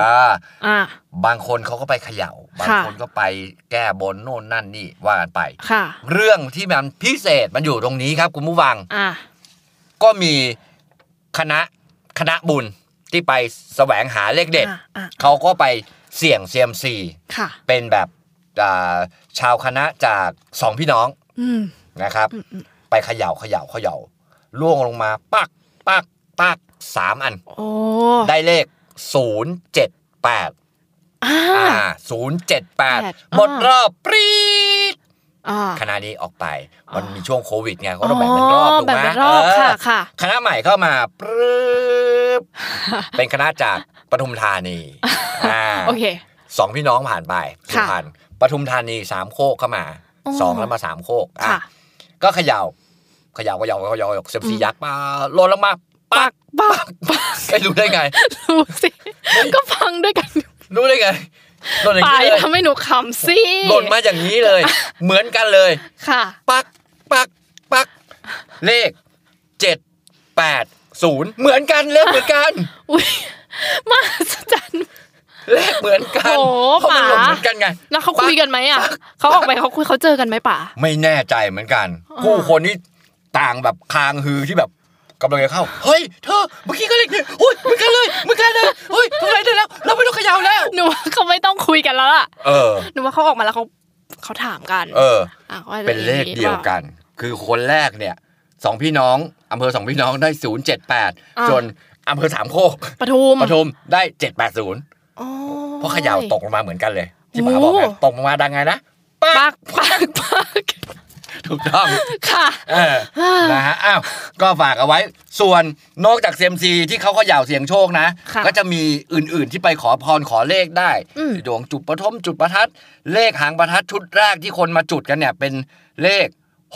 Speaker 3: อ่า
Speaker 2: อ่ะ
Speaker 3: บางคนเขาก็ไปเขยา่า บาง
Speaker 2: ค่ะ
Speaker 3: คนก็ไปแก้บนโน่นนั่นนี่ว่ากันไป
Speaker 2: ค่ะ
Speaker 3: เรื่องที่มันพิเศษมันอยู่ตรงนี้ครับคุณผู้ฟัง
Speaker 2: อ่ะ
Speaker 3: ก็มีคณะคณะบุญที่ไปแสวงหาเลขเด็ด
Speaker 2: อ่ะอ่ะ
Speaker 3: เขาก็ไปเสี่ยงเซียมซี
Speaker 2: ค่ะ
Speaker 3: เป็นแบบอ่าชาวคณะจากสองพี่น้อง
Speaker 2: อืม
Speaker 3: นะครับ
Speaker 2: อืมอืม
Speaker 3: ไปเขยา่าเขยา่าเขย่าล่วงลงมาปักปักปักสามอัน
Speaker 2: โอ้
Speaker 3: ได้เลขศูนย์เจ็ดแปด
Speaker 2: อ่ะ
Speaker 3: ศูนย์เจ็ดแปด
Speaker 2: แปด
Speaker 3: หมด
Speaker 2: อ่าร ร
Speaker 3: อบปรีด
Speaker 2: อ่ะ
Speaker 3: คณะนี้ออกไป มัน
Speaker 2: อ๋อ
Speaker 3: มีช่วงโควิดไงก็ต้องแบ่งเป็นรอบถูก
Speaker 2: แบ่ง
Speaker 3: ไหม
Speaker 2: เป็นรอบ
Speaker 3: เออ
Speaker 2: ค่ะค่ะ
Speaker 3: คณะใหม่เข้ามาปรึ๊
Speaker 2: [laughs]
Speaker 3: บเป็นคณะจากปทุมธานีอ่า
Speaker 2: โอเค
Speaker 3: สองพี่น้องผ่านไปสุ
Speaker 2: ค่ะ
Speaker 3: พรรณปทุมธานีสามโคกเข้ามา
Speaker 2: อ๋อ
Speaker 3: สองแล้วมาสามโคกอ่ะ
Speaker 2: ค่ะ
Speaker 3: ก็เขย่าเขย่าเขย่าเขย่าเซมซี
Speaker 2: อืม
Speaker 3: ยักษ์มาโลนลงมาปั
Speaker 2: ปัก
Speaker 3: ก
Speaker 2: ปักปัก
Speaker 3: ไม่รู้ได้ไง
Speaker 2: ดูสิก็ฟังด้วยกัน
Speaker 3: รู้ได้ไงหล่นอย่า
Speaker 2: ไป
Speaker 3: งนี้เลย
Speaker 2: ทำให้หนูขำสิ
Speaker 3: หล่นมาอย่างนี้เลย เหมือนกันเลย
Speaker 2: ค่ะ [laughs]
Speaker 3: ปักปักปักเลขเจ็ดแปดศูนย์เหมือนกันเลขเหมือนกัน
Speaker 2: อุ้ยมาสจัน
Speaker 3: เลขเหมือนกัน
Speaker 2: โอ้
Speaker 3: เพราะมันหลง
Speaker 2: ป๋า
Speaker 3: เหมือนกันไง
Speaker 2: แล้วเขาคุยกันไหมอ่ะเขาออกไปเขาคุยเขาเจอกันไหมป่า
Speaker 3: ไม่แน่ใจเหมือนกัน
Speaker 2: อ่า
Speaker 3: ผู้คนนี่ต่างแบบคางฮือที่แบบ กำลังจะเข้า เฮ้ย เธอ เมื่อกี้ก็เลยโอ้ยเหมือนกันเลยเหมือนกันเลยเฮ้ยทำอะไรได้แล้ว เราไม่ต้องเขย่าแล้ว
Speaker 2: หนูว่าเขาไม่ต้องคุยกันแล้วล่ะ
Speaker 3: เออ
Speaker 2: หนูว่าเขาออกมาแล้วเขาเขาถามกัน
Speaker 3: เออ
Speaker 2: ะว่า
Speaker 3: เป็นเลขเดียวกัน คือคนแรกเนี่ยสองพี่น้องอำเภอสองพี่น้องได้ 078 ส่วนอำเภอสามโคก
Speaker 2: ปทุม
Speaker 3: ปทุมได้ 780
Speaker 2: โอ้
Speaker 3: เพราะเขย่าตกลงมาเหมือนกันเลยที่หมาบอกไง
Speaker 2: โอ้
Speaker 3: ตกลงมาดังไงนะปั
Speaker 2: ปั
Speaker 3: ก
Speaker 2: กปักปัก
Speaker 3: ถูกต้อง
Speaker 2: ค่ะ
Speaker 3: เอ
Speaker 2: [sighs]
Speaker 3: อนะฮะอ้าวก็ฝากเอาไว้ ส่วนนอกจากเซียมซีที่เขาเขย่าเสียงโชคนะ
Speaker 2: ค่ะ
Speaker 3: ก็จะมีอื่นๆที่ไปขอพรขอเลขได้
Speaker 2: อืม
Speaker 3: ดวงจุดประทมจุดประทัด เลขหางประทัดชุดแรกที่คนมาจุดกันเนี่ยเป็นเลข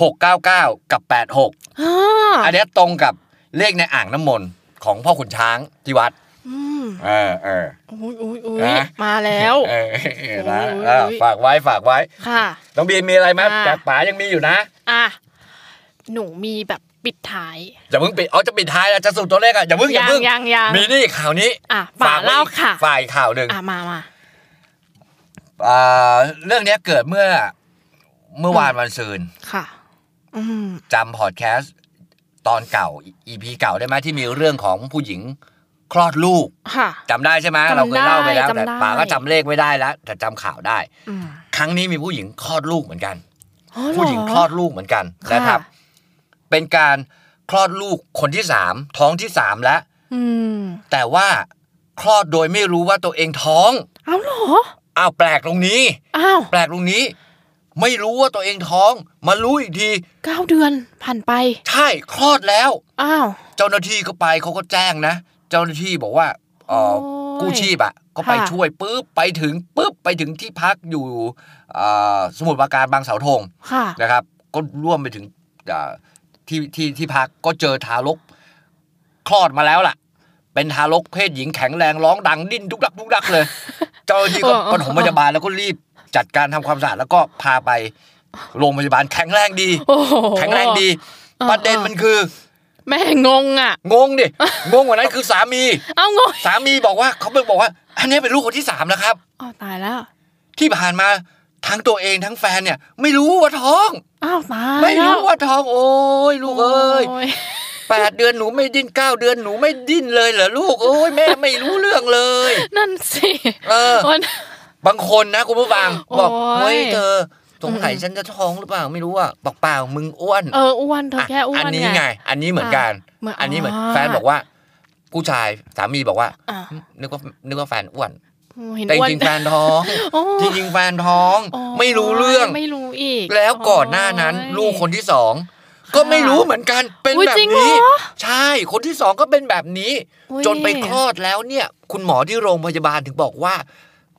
Speaker 3: 699 กับ 86
Speaker 2: อ่า
Speaker 3: อันเนี้ยตรงกับเลขในอ่างน้ำมนต์ของพ่อขุนช้างที่วัด
Speaker 2: อืม
Speaker 3: เออเออ
Speaker 2: อุ้ยอุ้ยอุ้ย
Speaker 3: นะ
Speaker 2: มาแล้ว
Speaker 3: เออเออนะ
Speaker 2: โอ้ย
Speaker 3: อ่ะฝากไว้ฝากไว้
Speaker 2: ค่ะ
Speaker 3: น้องบีมมีอะไรไหม
Speaker 2: อ่า
Speaker 3: จากป๋ายังมีอยู่นะ
Speaker 2: อ่ะหนูมีแบบปิดท้าย
Speaker 3: อย่าเพิ่งปิดอ๋อจะปิดท้ายแล้วจะสรุปตัวเลขอ่ะอย่าเพิ่งอย่าเพิ่ง
Speaker 2: ยังยังยัง
Speaker 3: มีนี่ข่าวนี้
Speaker 2: อ่ะป๋า
Speaker 3: ฝกไว้
Speaker 2: เล่าค่ะ
Speaker 3: ฝ่ายข่าวหนึ่ง
Speaker 2: อ่ะมามา
Speaker 3: อ่าเรื่องเนี้ยเกิดเมื่อเมื่อวานวันซืน
Speaker 2: ค่ะ อืม
Speaker 3: จำพอดแคสต์ตอนเก่า EP เก่าได้ไหมที่มีเรื่องของผู้หญิงคลอดลูก
Speaker 2: ค่ะ
Speaker 3: จำได้ใช่ไหม
Speaker 2: จำได้
Speaker 3: เราเคยเล่าไปแล้วแต่
Speaker 2: จำได้
Speaker 3: ป๋าก็จำเลขไม่ได้แล้ว แต่จำข่าวได้
Speaker 2: อืม
Speaker 3: ครั้งนี้มีผู้หญิงคลอดลูกเหมือนกัน
Speaker 2: อ๋อเร
Speaker 3: ผู้หญิงคลอดลูกเหมือนกัน
Speaker 2: ค่ะ
Speaker 3: นะครับ เป็นการคลอดลูกคนที่สามท้องที่สามแล้ว
Speaker 2: อืม
Speaker 3: แต่ว่าคลอดโดยไม่รู้ว่าตัวเองท้อง
Speaker 2: อ้าวเหรอ
Speaker 3: อ้าวแปลกตรงนี้
Speaker 2: อ้าว
Speaker 3: แปลกตรงนี้ ไม่รู้ว่าตัวเองท้อง มารู้อีกที
Speaker 2: เก้าเดือนผ่านไป
Speaker 3: ใช่คลอดแล้ว
Speaker 2: อ้าว
Speaker 3: เจ้าหน้าที่ก็ไปเขาก็แจ้งนะ เจ้าหน้าที่บอกว่าเอ่อ
Speaker 2: โอ้ย
Speaker 3: กู้ชีพอะก็ไป
Speaker 2: ค่ะ
Speaker 3: ช่วยปุ๊บไปถึงปุ๊บไปถึงที่พักอยู่เอ่อสมุทรปราการบางเสาธง
Speaker 2: ค่ะ
Speaker 3: นะครับก็ร่วมไปถึงอ่าที่ที่ที่พักก็เจอทารกคลอดมาแล้วล่ะ เป็นทารกเพศหญิงแข็งแรงร้องดังดิ้นทุกดักทุกดัก
Speaker 2: [laughs]
Speaker 3: เลย เจ้าหน้าที่ก็
Speaker 2: เออเออ
Speaker 3: ปฐมพยาบาลแล้วก็รีบจัดการทำความสะอาดแล้วก็พาไปโรงพยาบาลแข็งแรงดี
Speaker 2: โอ้โห
Speaker 3: แข็งแรงดี
Speaker 2: เออ
Speaker 3: ประเด็นมันคือ
Speaker 2: แม่งงอ่ะ
Speaker 3: งงดิงงกว่านั้นคือสามี
Speaker 2: เอางง
Speaker 3: สามีบอกว่าเขาเพิ่งบอกว่า อันนี้เป็นลูกคนที่สามนะครับ
Speaker 2: อ้าวตายแล้ว
Speaker 3: ที่ผ่านมาทั้งตัวเองทั้งแฟนเนี่ย ไม่รู้ว่าท้อง
Speaker 2: อ้าวตาย
Speaker 3: ไม่
Speaker 2: แล้
Speaker 3: รู้ว่าท้องโอ้ยลูกเอ้ย
Speaker 2: โ
Speaker 3: แปดเดือนหนูไม่ดิ้นเก้าเดือนหนูไม่ดิ้นเลยเหรอลูกโอ้ยแม่ไม่รู้เรื่องเลย
Speaker 2: นั่นสิ
Speaker 3: เออ
Speaker 2: มัน
Speaker 3: บางคนนะคุณผู้ฟังบอก
Speaker 2: โอ้ย
Speaker 3: เฮ้ยเธอสงสัยฉันจะท้องหรือเปล่าไม่รู้อ่ะบอกเปล่ามึงอ้วน
Speaker 2: เอออ้วนเธอแค่อ้ว
Speaker 3: อั
Speaker 2: น
Speaker 3: นี้ไง อันนี้เหมือนกัน
Speaker 2: อ่ะเหมือน
Speaker 3: อันนี้เหมือน
Speaker 2: อ๋อ
Speaker 3: แฟนบอกว่า ผู้ชายสามีบอกว่า
Speaker 2: อ่ะ
Speaker 3: นึกว่านึกว่าแฟนอ้วน
Speaker 2: โอ้เห็น
Speaker 3: แต่จ
Speaker 2: อ้วน
Speaker 3: ริงๆแฟนท้อง
Speaker 2: โอ้
Speaker 3: จริงๆแฟนท้อง
Speaker 2: โอ้
Speaker 3: ไม่รู้เรื่อง
Speaker 2: ไม่รู้อีก
Speaker 3: แล้วก่อนหน้านั้น
Speaker 2: โอ้ย
Speaker 3: ลูกคนที่สองก็ไม่รู้เหมือนกันเป็น
Speaker 2: อุ๊ย
Speaker 3: แบบ
Speaker 2: จริงเหร
Speaker 3: นี้
Speaker 2: อ
Speaker 3: ใช่คนที่สองก็เป็นแบบนี้
Speaker 2: อุ๊ย
Speaker 3: จนไปคลอดแล้วเนี่ย คุณหมอที่โรงพยาบาลถึงบอกว่า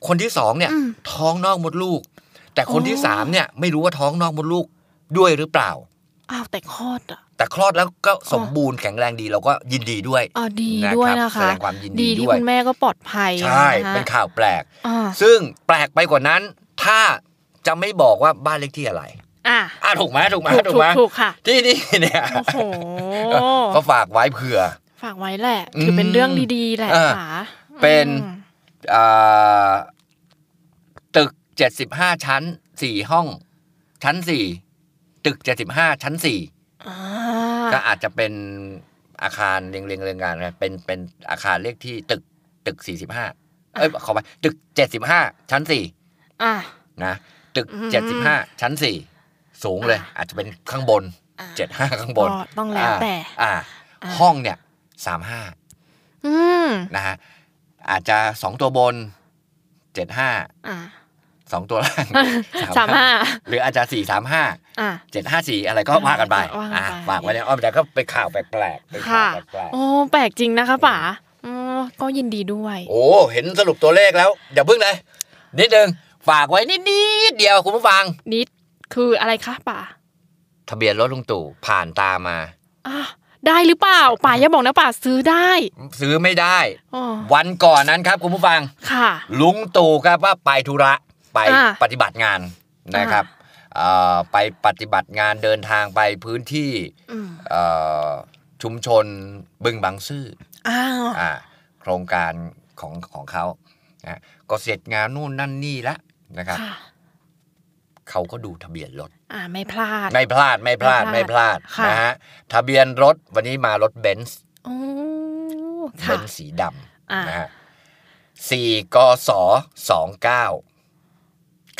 Speaker 3: คนที่สองเนี่ย
Speaker 2: อืม
Speaker 3: ท้องนอกมดลูก แต่คนที่
Speaker 2: อ๋อ
Speaker 3: สามเนี่ย ไม่รู้ว่าท้องนอกมดลูกด้วยหรือเปล่า
Speaker 2: อ้าวแต่คลอดอ่ะ
Speaker 3: แต่คลอดแล้วก็สมบูรณ์แข็งแรงดีเราก็ยินดีด้วย
Speaker 2: อ๋อดี
Speaker 3: นะครับ
Speaker 2: ด้วยนะคะ
Speaker 3: แสดงความยินดี
Speaker 2: ดีที่
Speaker 3: ด้วย
Speaker 2: คุณแม่ก็ปลอดภัย
Speaker 3: ใช่
Speaker 2: ะคะ
Speaker 3: เป็นข่าวแปลก
Speaker 2: อ่า
Speaker 3: ซึ่งแปลกไปกว่านั้น ถ้าจะไม่บอกว่าบ้านเลขที่อะไร
Speaker 2: อ่ะ
Speaker 3: อ่ะถูกไหมถูกไหม
Speaker 2: ถูกถู
Speaker 3: ถูกไห
Speaker 2: ก
Speaker 3: ม
Speaker 2: ถูกค่ะ
Speaker 3: ที่นี่เนี่ย
Speaker 2: โอ้โห
Speaker 3: ก็ฝากไว้เผื่อ
Speaker 2: ฝากไว้แหละ ถือเป็นเรื่องดีๆ แหละ
Speaker 3: เออ
Speaker 2: ค่ะ
Speaker 3: เป็น
Speaker 2: อืม
Speaker 3: อ่าตึกเจ็ดสิบห้าชั้นสี่ห้อง ชั้นสี่ตึกเจ็ดสิบห้าชั้นสี่
Speaker 2: อ่า
Speaker 3: ก็อาจจะเป็นอาคารเรียงเรียงเรียงกันนะเป็นเป็นอาคารเลขที่ตึกตึกสี่สิบห้าเอ้ยขอไปตึกเจ็ดสิบห้าชั้นสี่
Speaker 2: อ่ะ
Speaker 3: นะตึก
Speaker 2: อืม
Speaker 3: เจ็ดสิบห้าชั้นสี่สูงเลย
Speaker 2: อ่ะ
Speaker 3: อาจจะเป็นข้างบนเจ็ดห้าข้างบน
Speaker 2: ก็ต้องแล้วแต่อ่ะ
Speaker 3: อ่าอ่าห้องเนี่ยสามห้า
Speaker 2: อืม
Speaker 3: นะฮะอาจจะสองตัวบนเจ็ดห้า
Speaker 2: อ่ะ
Speaker 3: สองตัวล่าง
Speaker 2: สามห้า
Speaker 3: หรืออาจจะสี่สามห้า
Speaker 2: อ่ะ
Speaker 3: เจ็ดห้าสี่อะไรก็ว่ากันไป
Speaker 2: ว่ากันไป
Speaker 3: อ่ะฝากไว้ในอ้อมแต่ก็ไปนข่าวแปลกๆเป็นข่า
Speaker 2: ค่ะ
Speaker 3: วแปลก
Speaker 2: โอ้แปลกจริงนะคะป๋าอืมก็ยินดีด้วย
Speaker 3: ๆโอ้เห็นสรุปตัวเลขแล้ว อย่าเพิ่งเลย นิดนึง ฝากไว้นิดๆเดียวคุณผู้ฟัง
Speaker 2: นิดคืออะไรคะป๋า
Speaker 3: ทะเบียนรถลุงตู่ผ่านตามา
Speaker 2: อ่ะได้หรือเปล่าป๋าอย่าบอกนะป๋าซื้อได้
Speaker 3: ซื้อไม่ได้
Speaker 2: อ๋อ
Speaker 3: วันก่อนนั้นครับคุณผู้ฟัง
Speaker 2: ค่ะ
Speaker 3: ลุงตู่ครับว่าไปธุระไป
Speaker 2: อ่า
Speaker 3: ปฏิบัติงานนะครับเอ่อไปปฏิบัติงานเดินทางไปพื้นที่
Speaker 2: อืม
Speaker 3: เอ่อชุมชนบึงบางซื่อ
Speaker 2: อ้าว
Speaker 3: อ่าโครงการของของเขานะก็เสร็จงานนู่นนั่นนี่ละนะครับ
Speaker 2: ค่ะ
Speaker 3: ข เขาก็ดูทะเบียนรถ
Speaker 2: อ่าไม่พลาด
Speaker 3: ไม่พลาดไม่พลาด
Speaker 2: ไม่
Speaker 3: ไม่พ
Speaker 2: พ
Speaker 3: ลา
Speaker 2: ลา
Speaker 3: ด
Speaker 2: ดค่ะ
Speaker 3: นะฮะทะเบียนรถวันนี้มารถเบนซ์
Speaker 2: โอ้
Speaker 3: เบ
Speaker 2: ค่ะ
Speaker 3: นซ์สีด
Speaker 2: อ่า
Speaker 3: ำ
Speaker 2: น
Speaker 3: นะฮะสี่กสสองเก้า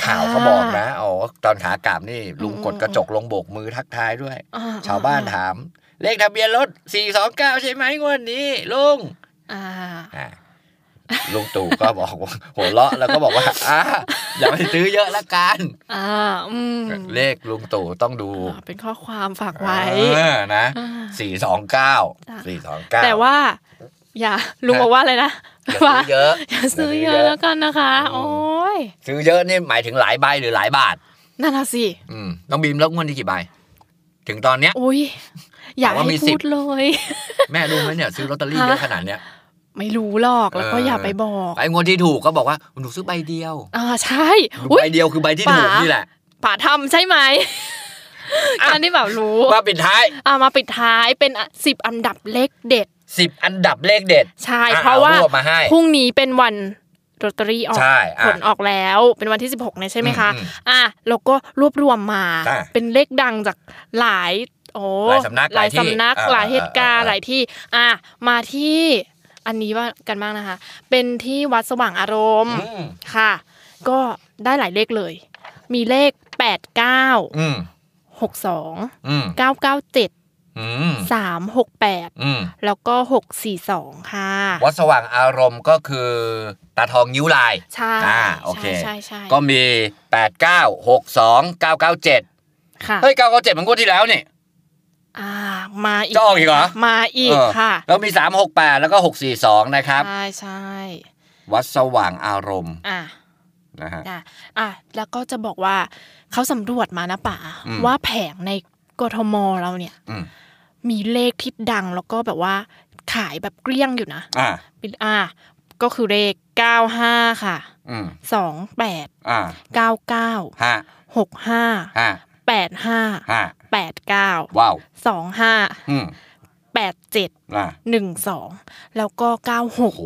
Speaker 3: ข่าวเขาบอกนะอ๋อตอนขากลับนี่ลุง
Speaker 2: อืม
Speaker 3: กดกระจกลงโบกมือทักทายด้วย
Speaker 2: อ่
Speaker 3: ชาวบ้านถาม เลขทะเบียนรถสี่สองเก้าใช่ไหมงวดนี้ลุง
Speaker 2: อ่า
Speaker 3: อ่าลุงตู่ก็บอกว่า หัวเราะแล้วก็บอกว่าอ่าอย่าไปซื้อเยอะละกัน
Speaker 2: อ่า อืม
Speaker 3: เลขลุงตู่ต้องดู
Speaker 2: อ่าเป็นข้อความฝากไว้
Speaker 3: เออนะ
Speaker 2: อ่า
Speaker 3: สี่สองเก้า
Speaker 2: จ้ะ
Speaker 3: สี่สองเก้า
Speaker 2: แต่ว่า อย่าลุงบอกว่าอะไรนะ
Speaker 3: อย่า
Speaker 2: ว่า
Speaker 3: ซื้อเยอะ
Speaker 2: อย่าซื้อเยอะแล้วกันนะคะ โอ้ย
Speaker 3: ซื้อเยอะนี่หมายถึงหลายใบหรือหลายบาท
Speaker 2: นั่นน่ะสิ
Speaker 3: อืมน้องบีมแล้วงวดนี้กี่ใบ ถึงตอนเนี้ย
Speaker 2: อุ้ยอยาก
Speaker 3: ว่ามี
Speaker 2: ให้
Speaker 3: สิ
Speaker 2: พู
Speaker 3: บ
Speaker 2: ดเลย
Speaker 3: แม่รู้ไหมเนี่ยซื้อลอตเตอรี่เยอะขนาดเนี้ย
Speaker 2: ไม่รู้หรอกแล้วก็
Speaker 3: เอออ
Speaker 2: อย่าไปบอก
Speaker 3: ไอ้งวดที่ถูกก็บอกว่าหนูซื้อใบเดียว
Speaker 2: อ่าใช่
Speaker 3: หนู
Speaker 2: อุ้
Speaker 3: ใบ
Speaker 2: ย
Speaker 3: เดียวคือใบที่
Speaker 2: ป๋า
Speaker 3: ถูกนี่แหละ
Speaker 2: ป่าทำใช่ไหม
Speaker 3: อ่ะ
Speaker 2: การที่แบบรู้
Speaker 3: มาปิดท้าย
Speaker 2: อ่ามาปิดท้ายเป็นสิบอันดับเลขเด็ด
Speaker 3: สิบอันดับเลขเด็ด
Speaker 2: ใช่
Speaker 3: อ่ะ
Speaker 2: เพราะว่า
Speaker 3: เอารวบมาให้
Speaker 2: พรุ่งนี้เป็นวันลอตเตอรี่ออก
Speaker 3: ใช่อ่ะ
Speaker 2: ผลออกแล้ว เป็นวันที่ 16เนี่ยใช่ไหมคะ
Speaker 3: อืมอืม
Speaker 2: อ่ะเราก็รวบรวมมา
Speaker 3: อ่ะ
Speaker 2: เป็นเลขดังจากหลายโอ้
Speaker 3: หลายสำนัก
Speaker 2: หลาย
Speaker 3: หลายที่
Speaker 2: สำนัก
Speaker 3: อ่ะ
Speaker 2: หลายเหตุการณ์
Speaker 3: อ่ะอ่ะ
Speaker 2: หลายที่อ่ะมาที่อันนี้ว่ากันบ้างนะคะ เป็นที่วัดสว่างอารมณ์
Speaker 3: อืม
Speaker 2: ค่ะ ก็ได้หลายเลขเลย มีเลข 8 9
Speaker 3: อืม
Speaker 2: 6 2
Speaker 3: อืม
Speaker 2: 9 9 7
Speaker 3: อืม
Speaker 2: 3 6
Speaker 3: อืม
Speaker 2: 8 แล้วก็ 6 4 2 ค่ะ
Speaker 3: วัดสว่างอารมณ์ก็คือตาทองนิ้วลาย
Speaker 2: ใช่
Speaker 3: อ่าโอเค
Speaker 2: ใช่ใช่ใช่
Speaker 3: ก็มี 8 9 6 2 9 9 7
Speaker 2: ค่ะ
Speaker 3: เฮ้ย 997 มันงวดที่แล้วนี่
Speaker 2: อ่ามาอีก
Speaker 3: จะออกอีกเหรอ
Speaker 2: มาอีก
Speaker 3: เ
Speaker 2: ค่ะ
Speaker 3: แล้วมี 3 6 8 แล้วก็ 6 4 2 นะครับ
Speaker 2: ใช่ใช่
Speaker 3: วัดสว่างอารมณ์
Speaker 2: อ่ะ
Speaker 3: นะฮะ
Speaker 2: อ่ะอ่ะแล้วก็จะบอกว่าเขาสำรวจมานะป่า
Speaker 3: อืม
Speaker 2: ว่าแผงในกทมเราเนี่ย
Speaker 3: อืม
Speaker 2: มีเลขที่ดังแล้วก็แบบว่าขายแบบเกลี้ยงอยู่นะ
Speaker 3: อ่า
Speaker 2: เป็นอ่าก็คือเลข 95 ค่ะ
Speaker 3: อืม
Speaker 2: 28
Speaker 3: อ่า
Speaker 2: 99
Speaker 3: ฮะ
Speaker 2: 65
Speaker 3: ฮะ
Speaker 2: 85
Speaker 3: ฮะ
Speaker 2: 89
Speaker 3: ว้าว
Speaker 2: 25
Speaker 3: อืม
Speaker 2: 87
Speaker 3: อ่า
Speaker 2: 12 แล้วก็
Speaker 3: โอ้
Speaker 2: 96
Speaker 3: โห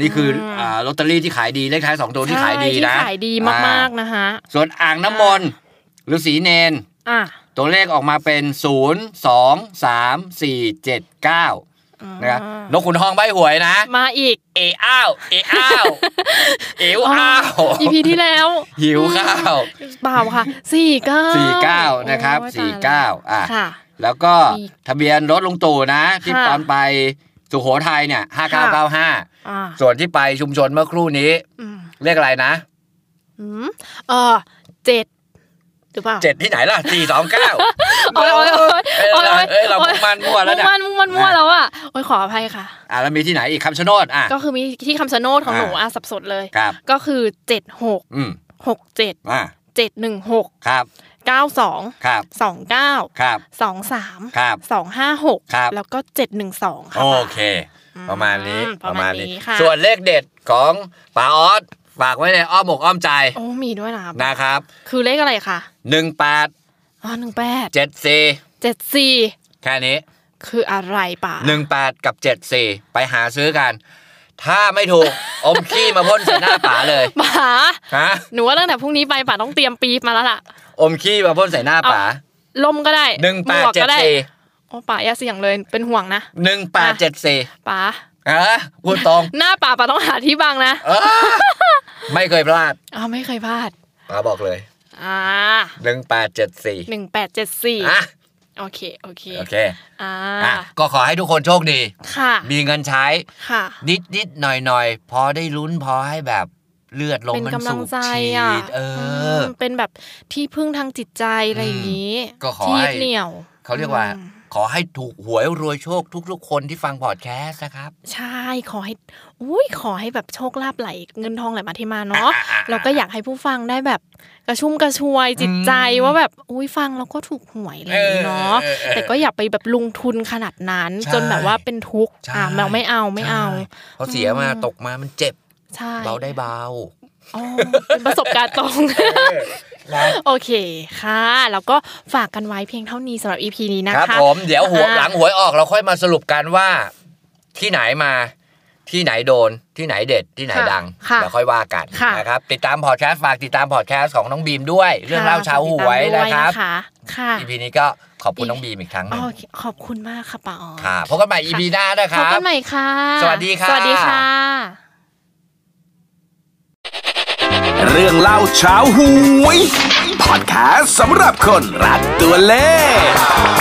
Speaker 3: นี่คืออ
Speaker 2: ม
Speaker 3: อ่าลอตเตอรี่ที่ขายดี เลขท้าย 2 ตัวที่ขายดี
Speaker 2: ใช่ที่
Speaker 3: นะ
Speaker 2: ขายดี
Speaker 3: อ่
Speaker 2: มาก ๆ นะคะ
Speaker 3: ส่วนอ่างน้ำมนต์ฤาษีเนน
Speaker 2: อ่ะ
Speaker 3: ตัวเลขออกมาเป็น 0 2 3 4 7 9นะครับนกขุนทองใบหวยนะ
Speaker 2: มาอีก
Speaker 3: เออ้าว เอ
Speaker 2: [laughs]
Speaker 3: อ้าว เอวอ้าว
Speaker 2: อีพีที่แล้ว
Speaker 3: หิวข้าว
Speaker 2: เปล่าค่ะ 49
Speaker 3: 49 นะครับ
Speaker 2: โอ้ย
Speaker 3: 49 อ่ะ
Speaker 2: ตายแล้วค่ะ
Speaker 3: แล้วก็
Speaker 2: มี
Speaker 3: ทะเบียนรถลุงตู่นะ ที่
Speaker 2: ค่ะ
Speaker 3: ตอนไปสุโขทัยเนี่ย
Speaker 2: ค่ะ
Speaker 3: 5995
Speaker 2: อ่ะ
Speaker 3: ส่วนที่ไปชุมชนเมื่อครู่นี้
Speaker 2: อืม
Speaker 3: เรียกอะไรนะ
Speaker 2: อืมเออเจ็ดหรือเปล่า
Speaker 3: เจ็ดที่ไหนล่ะ
Speaker 2: [laughs]
Speaker 3: 429
Speaker 2: โอ๊ยโอ๊ยโอ๊ยโอ๊ยโอ๊ย
Speaker 3: เอ้ยเราพวกมันมั่วแล้วเนี่ย
Speaker 2: มุ่งมั่นมุ่งมั่นมั่วแล้วอ่ะโอ้ยขออภัยค่ะ
Speaker 3: อ่ะแล้วมีที่ไหนอีกคำชะโนดอ่ะ
Speaker 2: ก็คือมีที่คำชะโนดของ
Speaker 3: อ่า
Speaker 2: หนูอ่ะสับสนเลย
Speaker 3: ครับ
Speaker 2: ก็คือเจ็ดหก
Speaker 3: อืม
Speaker 2: หกเจ็ด
Speaker 3: อ่ะ
Speaker 2: เจ็ดหนึ่งหก
Speaker 3: ครับ
Speaker 2: เก้าสอง
Speaker 3: ครับ
Speaker 2: สองเก้า
Speaker 3: ครับ
Speaker 2: สองสาม
Speaker 3: ครับ
Speaker 2: สองห้าหก
Speaker 3: ครับ
Speaker 2: แล้วก็เจ็ดหนึ่งสองค่ะ
Speaker 3: โอเค ประมาณนี้
Speaker 2: อืมประมาณนี้ค่ะ
Speaker 3: ส่วนเลขเด็ดของป๋าออสฝากไว้ในอ้อมอกอ้อมใจ
Speaker 2: โอ้มีด้วยนะครับ
Speaker 3: นะครับ
Speaker 2: คือเลขอะไรคะ
Speaker 3: 18
Speaker 2: อ๋อหนึ่งแปด
Speaker 3: 74
Speaker 2: เจ็ดสี่
Speaker 3: แค่นี้
Speaker 2: คืออะไรป่ะ
Speaker 3: 18 กับ 74 ไปหาซื้อกัน ถ้าไม่ถูก อมขี้มาพ่นใส่หน้าป๋าเลย
Speaker 2: ป๋า
Speaker 3: ฮะ
Speaker 2: หนูว่าตั้งแต่พรุ่งนี้ไปป๋าต้องเตรียมปีบมาแล้วล่ะ
Speaker 3: อมขี้มาพ่นใส่หน้าป๋า
Speaker 2: ล่มก็ได้
Speaker 3: 1
Speaker 2: หมวก
Speaker 3: 8
Speaker 2: ก็ได้
Speaker 3: 74
Speaker 2: โอ้ป๋าอย่าเสี่ยงเลยเป็นห่วงนะ
Speaker 3: 1 8 74
Speaker 2: ป๋า
Speaker 3: ฮะพูดตรง
Speaker 2: หน้าป๋าป๋าต้องหาที่บังนะ
Speaker 3: เออไม่เคยพลาด
Speaker 2: อ้าวไม่เคยพลาด
Speaker 3: ป๋าบอกเลย
Speaker 2: อ่า
Speaker 3: 1 8 74
Speaker 2: หนึ่งแปดเจ็ดสี่
Speaker 3: อ่ะ
Speaker 2: โอเค โอเค
Speaker 3: โอเค
Speaker 2: อ่า
Speaker 3: อ่ะก็ขอให้ทุกคนโชคดี
Speaker 2: ค่ะ
Speaker 3: มีเงินใช้
Speaker 2: ค่ะ
Speaker 3: นิดนิดๆหน่อยหน่อยๆ พอได้ลุ้นพอให้แบบเลือดลม
Speaker 2: เป็น
Speaker 3: มัน
Speaker 2: กำลั
Speaker 3: สู
Speaker 2: ง
Speaker 3: บ
Speaker 2: ใจ
Speaker 3: ฉี
Speaker 2: อ่ะ
Speaker 3: ดเอออ
Speaker 2: มเป็นแบบที่พึ่งทางจิตใจอะไรอย่างนี้
Speaker 3: ก็ขอ
Speaker 2: ที่
Speaker 3: ให้
Speaker 2: ยึดเหนี่ยว
Speaker 3: เขาเรียกว่า
Speaker 2: อืม
Speaker 3: ขอให้ถูกหวยรวยโชคทุกๆ คนที่ฟังพอดแคสต์นะครับ
Speaker 2: ใช่ ขอให้ อุ้ยขอให้แบบโชคลาภไหล เงินทองไหลมาเที่มาเนาะ แล้วก็อยากให้ผู้ฟังได้แบบกระชุ่มกระชวยจิตใจ
Speaker 3: อืม
Speaker 2: ว่าแบบ อุ้ยฟังแล้วก็ถูกหวยอะไรอย่างนี้เนาะ
Speaker 3: เออเออเออ
Speaker 2: แต่ก็อย่าไปแบบลงทุนขนาดนั้น
Speaker 3: ใช่
Speaker 2: จนแบบว่าเป็นทุกข์
Speaker 3: ใช่
Speaker 2: อ่ะเราไม่เอาไม่เอา
Speaker 3: ใช่เพราะเสียมา
Speaker 2: อืม
Speaker 3: ตกมามันเจ็บ
Speaker 2: ใช่
Speaker 3: เบาได้เบา
Speaker 2: อ๋อเป็นประสบการณ์ตรง [laughs]
Speaker 3: นะ
Speaker 2: โอเคค่ะ แล้วก็ฝากกันไว้เพียงเท่านี้สำหรับ EP นี้นะครับ คะ
Speaker 3: ผมเดี๋ยวหัว
Speaker 2: อ่า
Speaker 3: หลังหวยออกเราค่อยมาสรุปกันว่า ที่ไหนมา ที่ไหนโดนที่ไหนเด็ดที่ไหน
Speaker 2: ค่ะ
Speaker 3: ดัง
Speaker 2: ค่ะ
Speaker 3: เดี๋ยวค่อยว่ากัน
Speaker 2: ค่ะ
Speaker 3: นะครับติดตามพอดแคสต์ฝากติดตามพอดแคสต์ของน้องบีมด้วย เรื่องเล่า
Speaker 2: ค่ะ
Speaker 3: เช้าหวยนะครับ
Speaker 2: ฝากติดตามด้วยนะคะค่ะ
Speaker 3: EP นี้ก็ขอบคุณน้องบีมอีกครั้งหนึง
Speaker 2: โอเคขอบคุณมากค่ะป้าออ
Speaker 3: ค่ะพบกันใหม่ EP หน้านะค
Speaker 2: พบ
Speaker 3: รับ
Speaker 2: กันใหม่ค่ะ
Speaker 3: สวัสดีค่ะ
Speaker 2: สวัสดีค่ะ
Speaker 1: เรื่องเล่าเช้าหวย พอดแคสต์สำหรับคนรักตัวเลข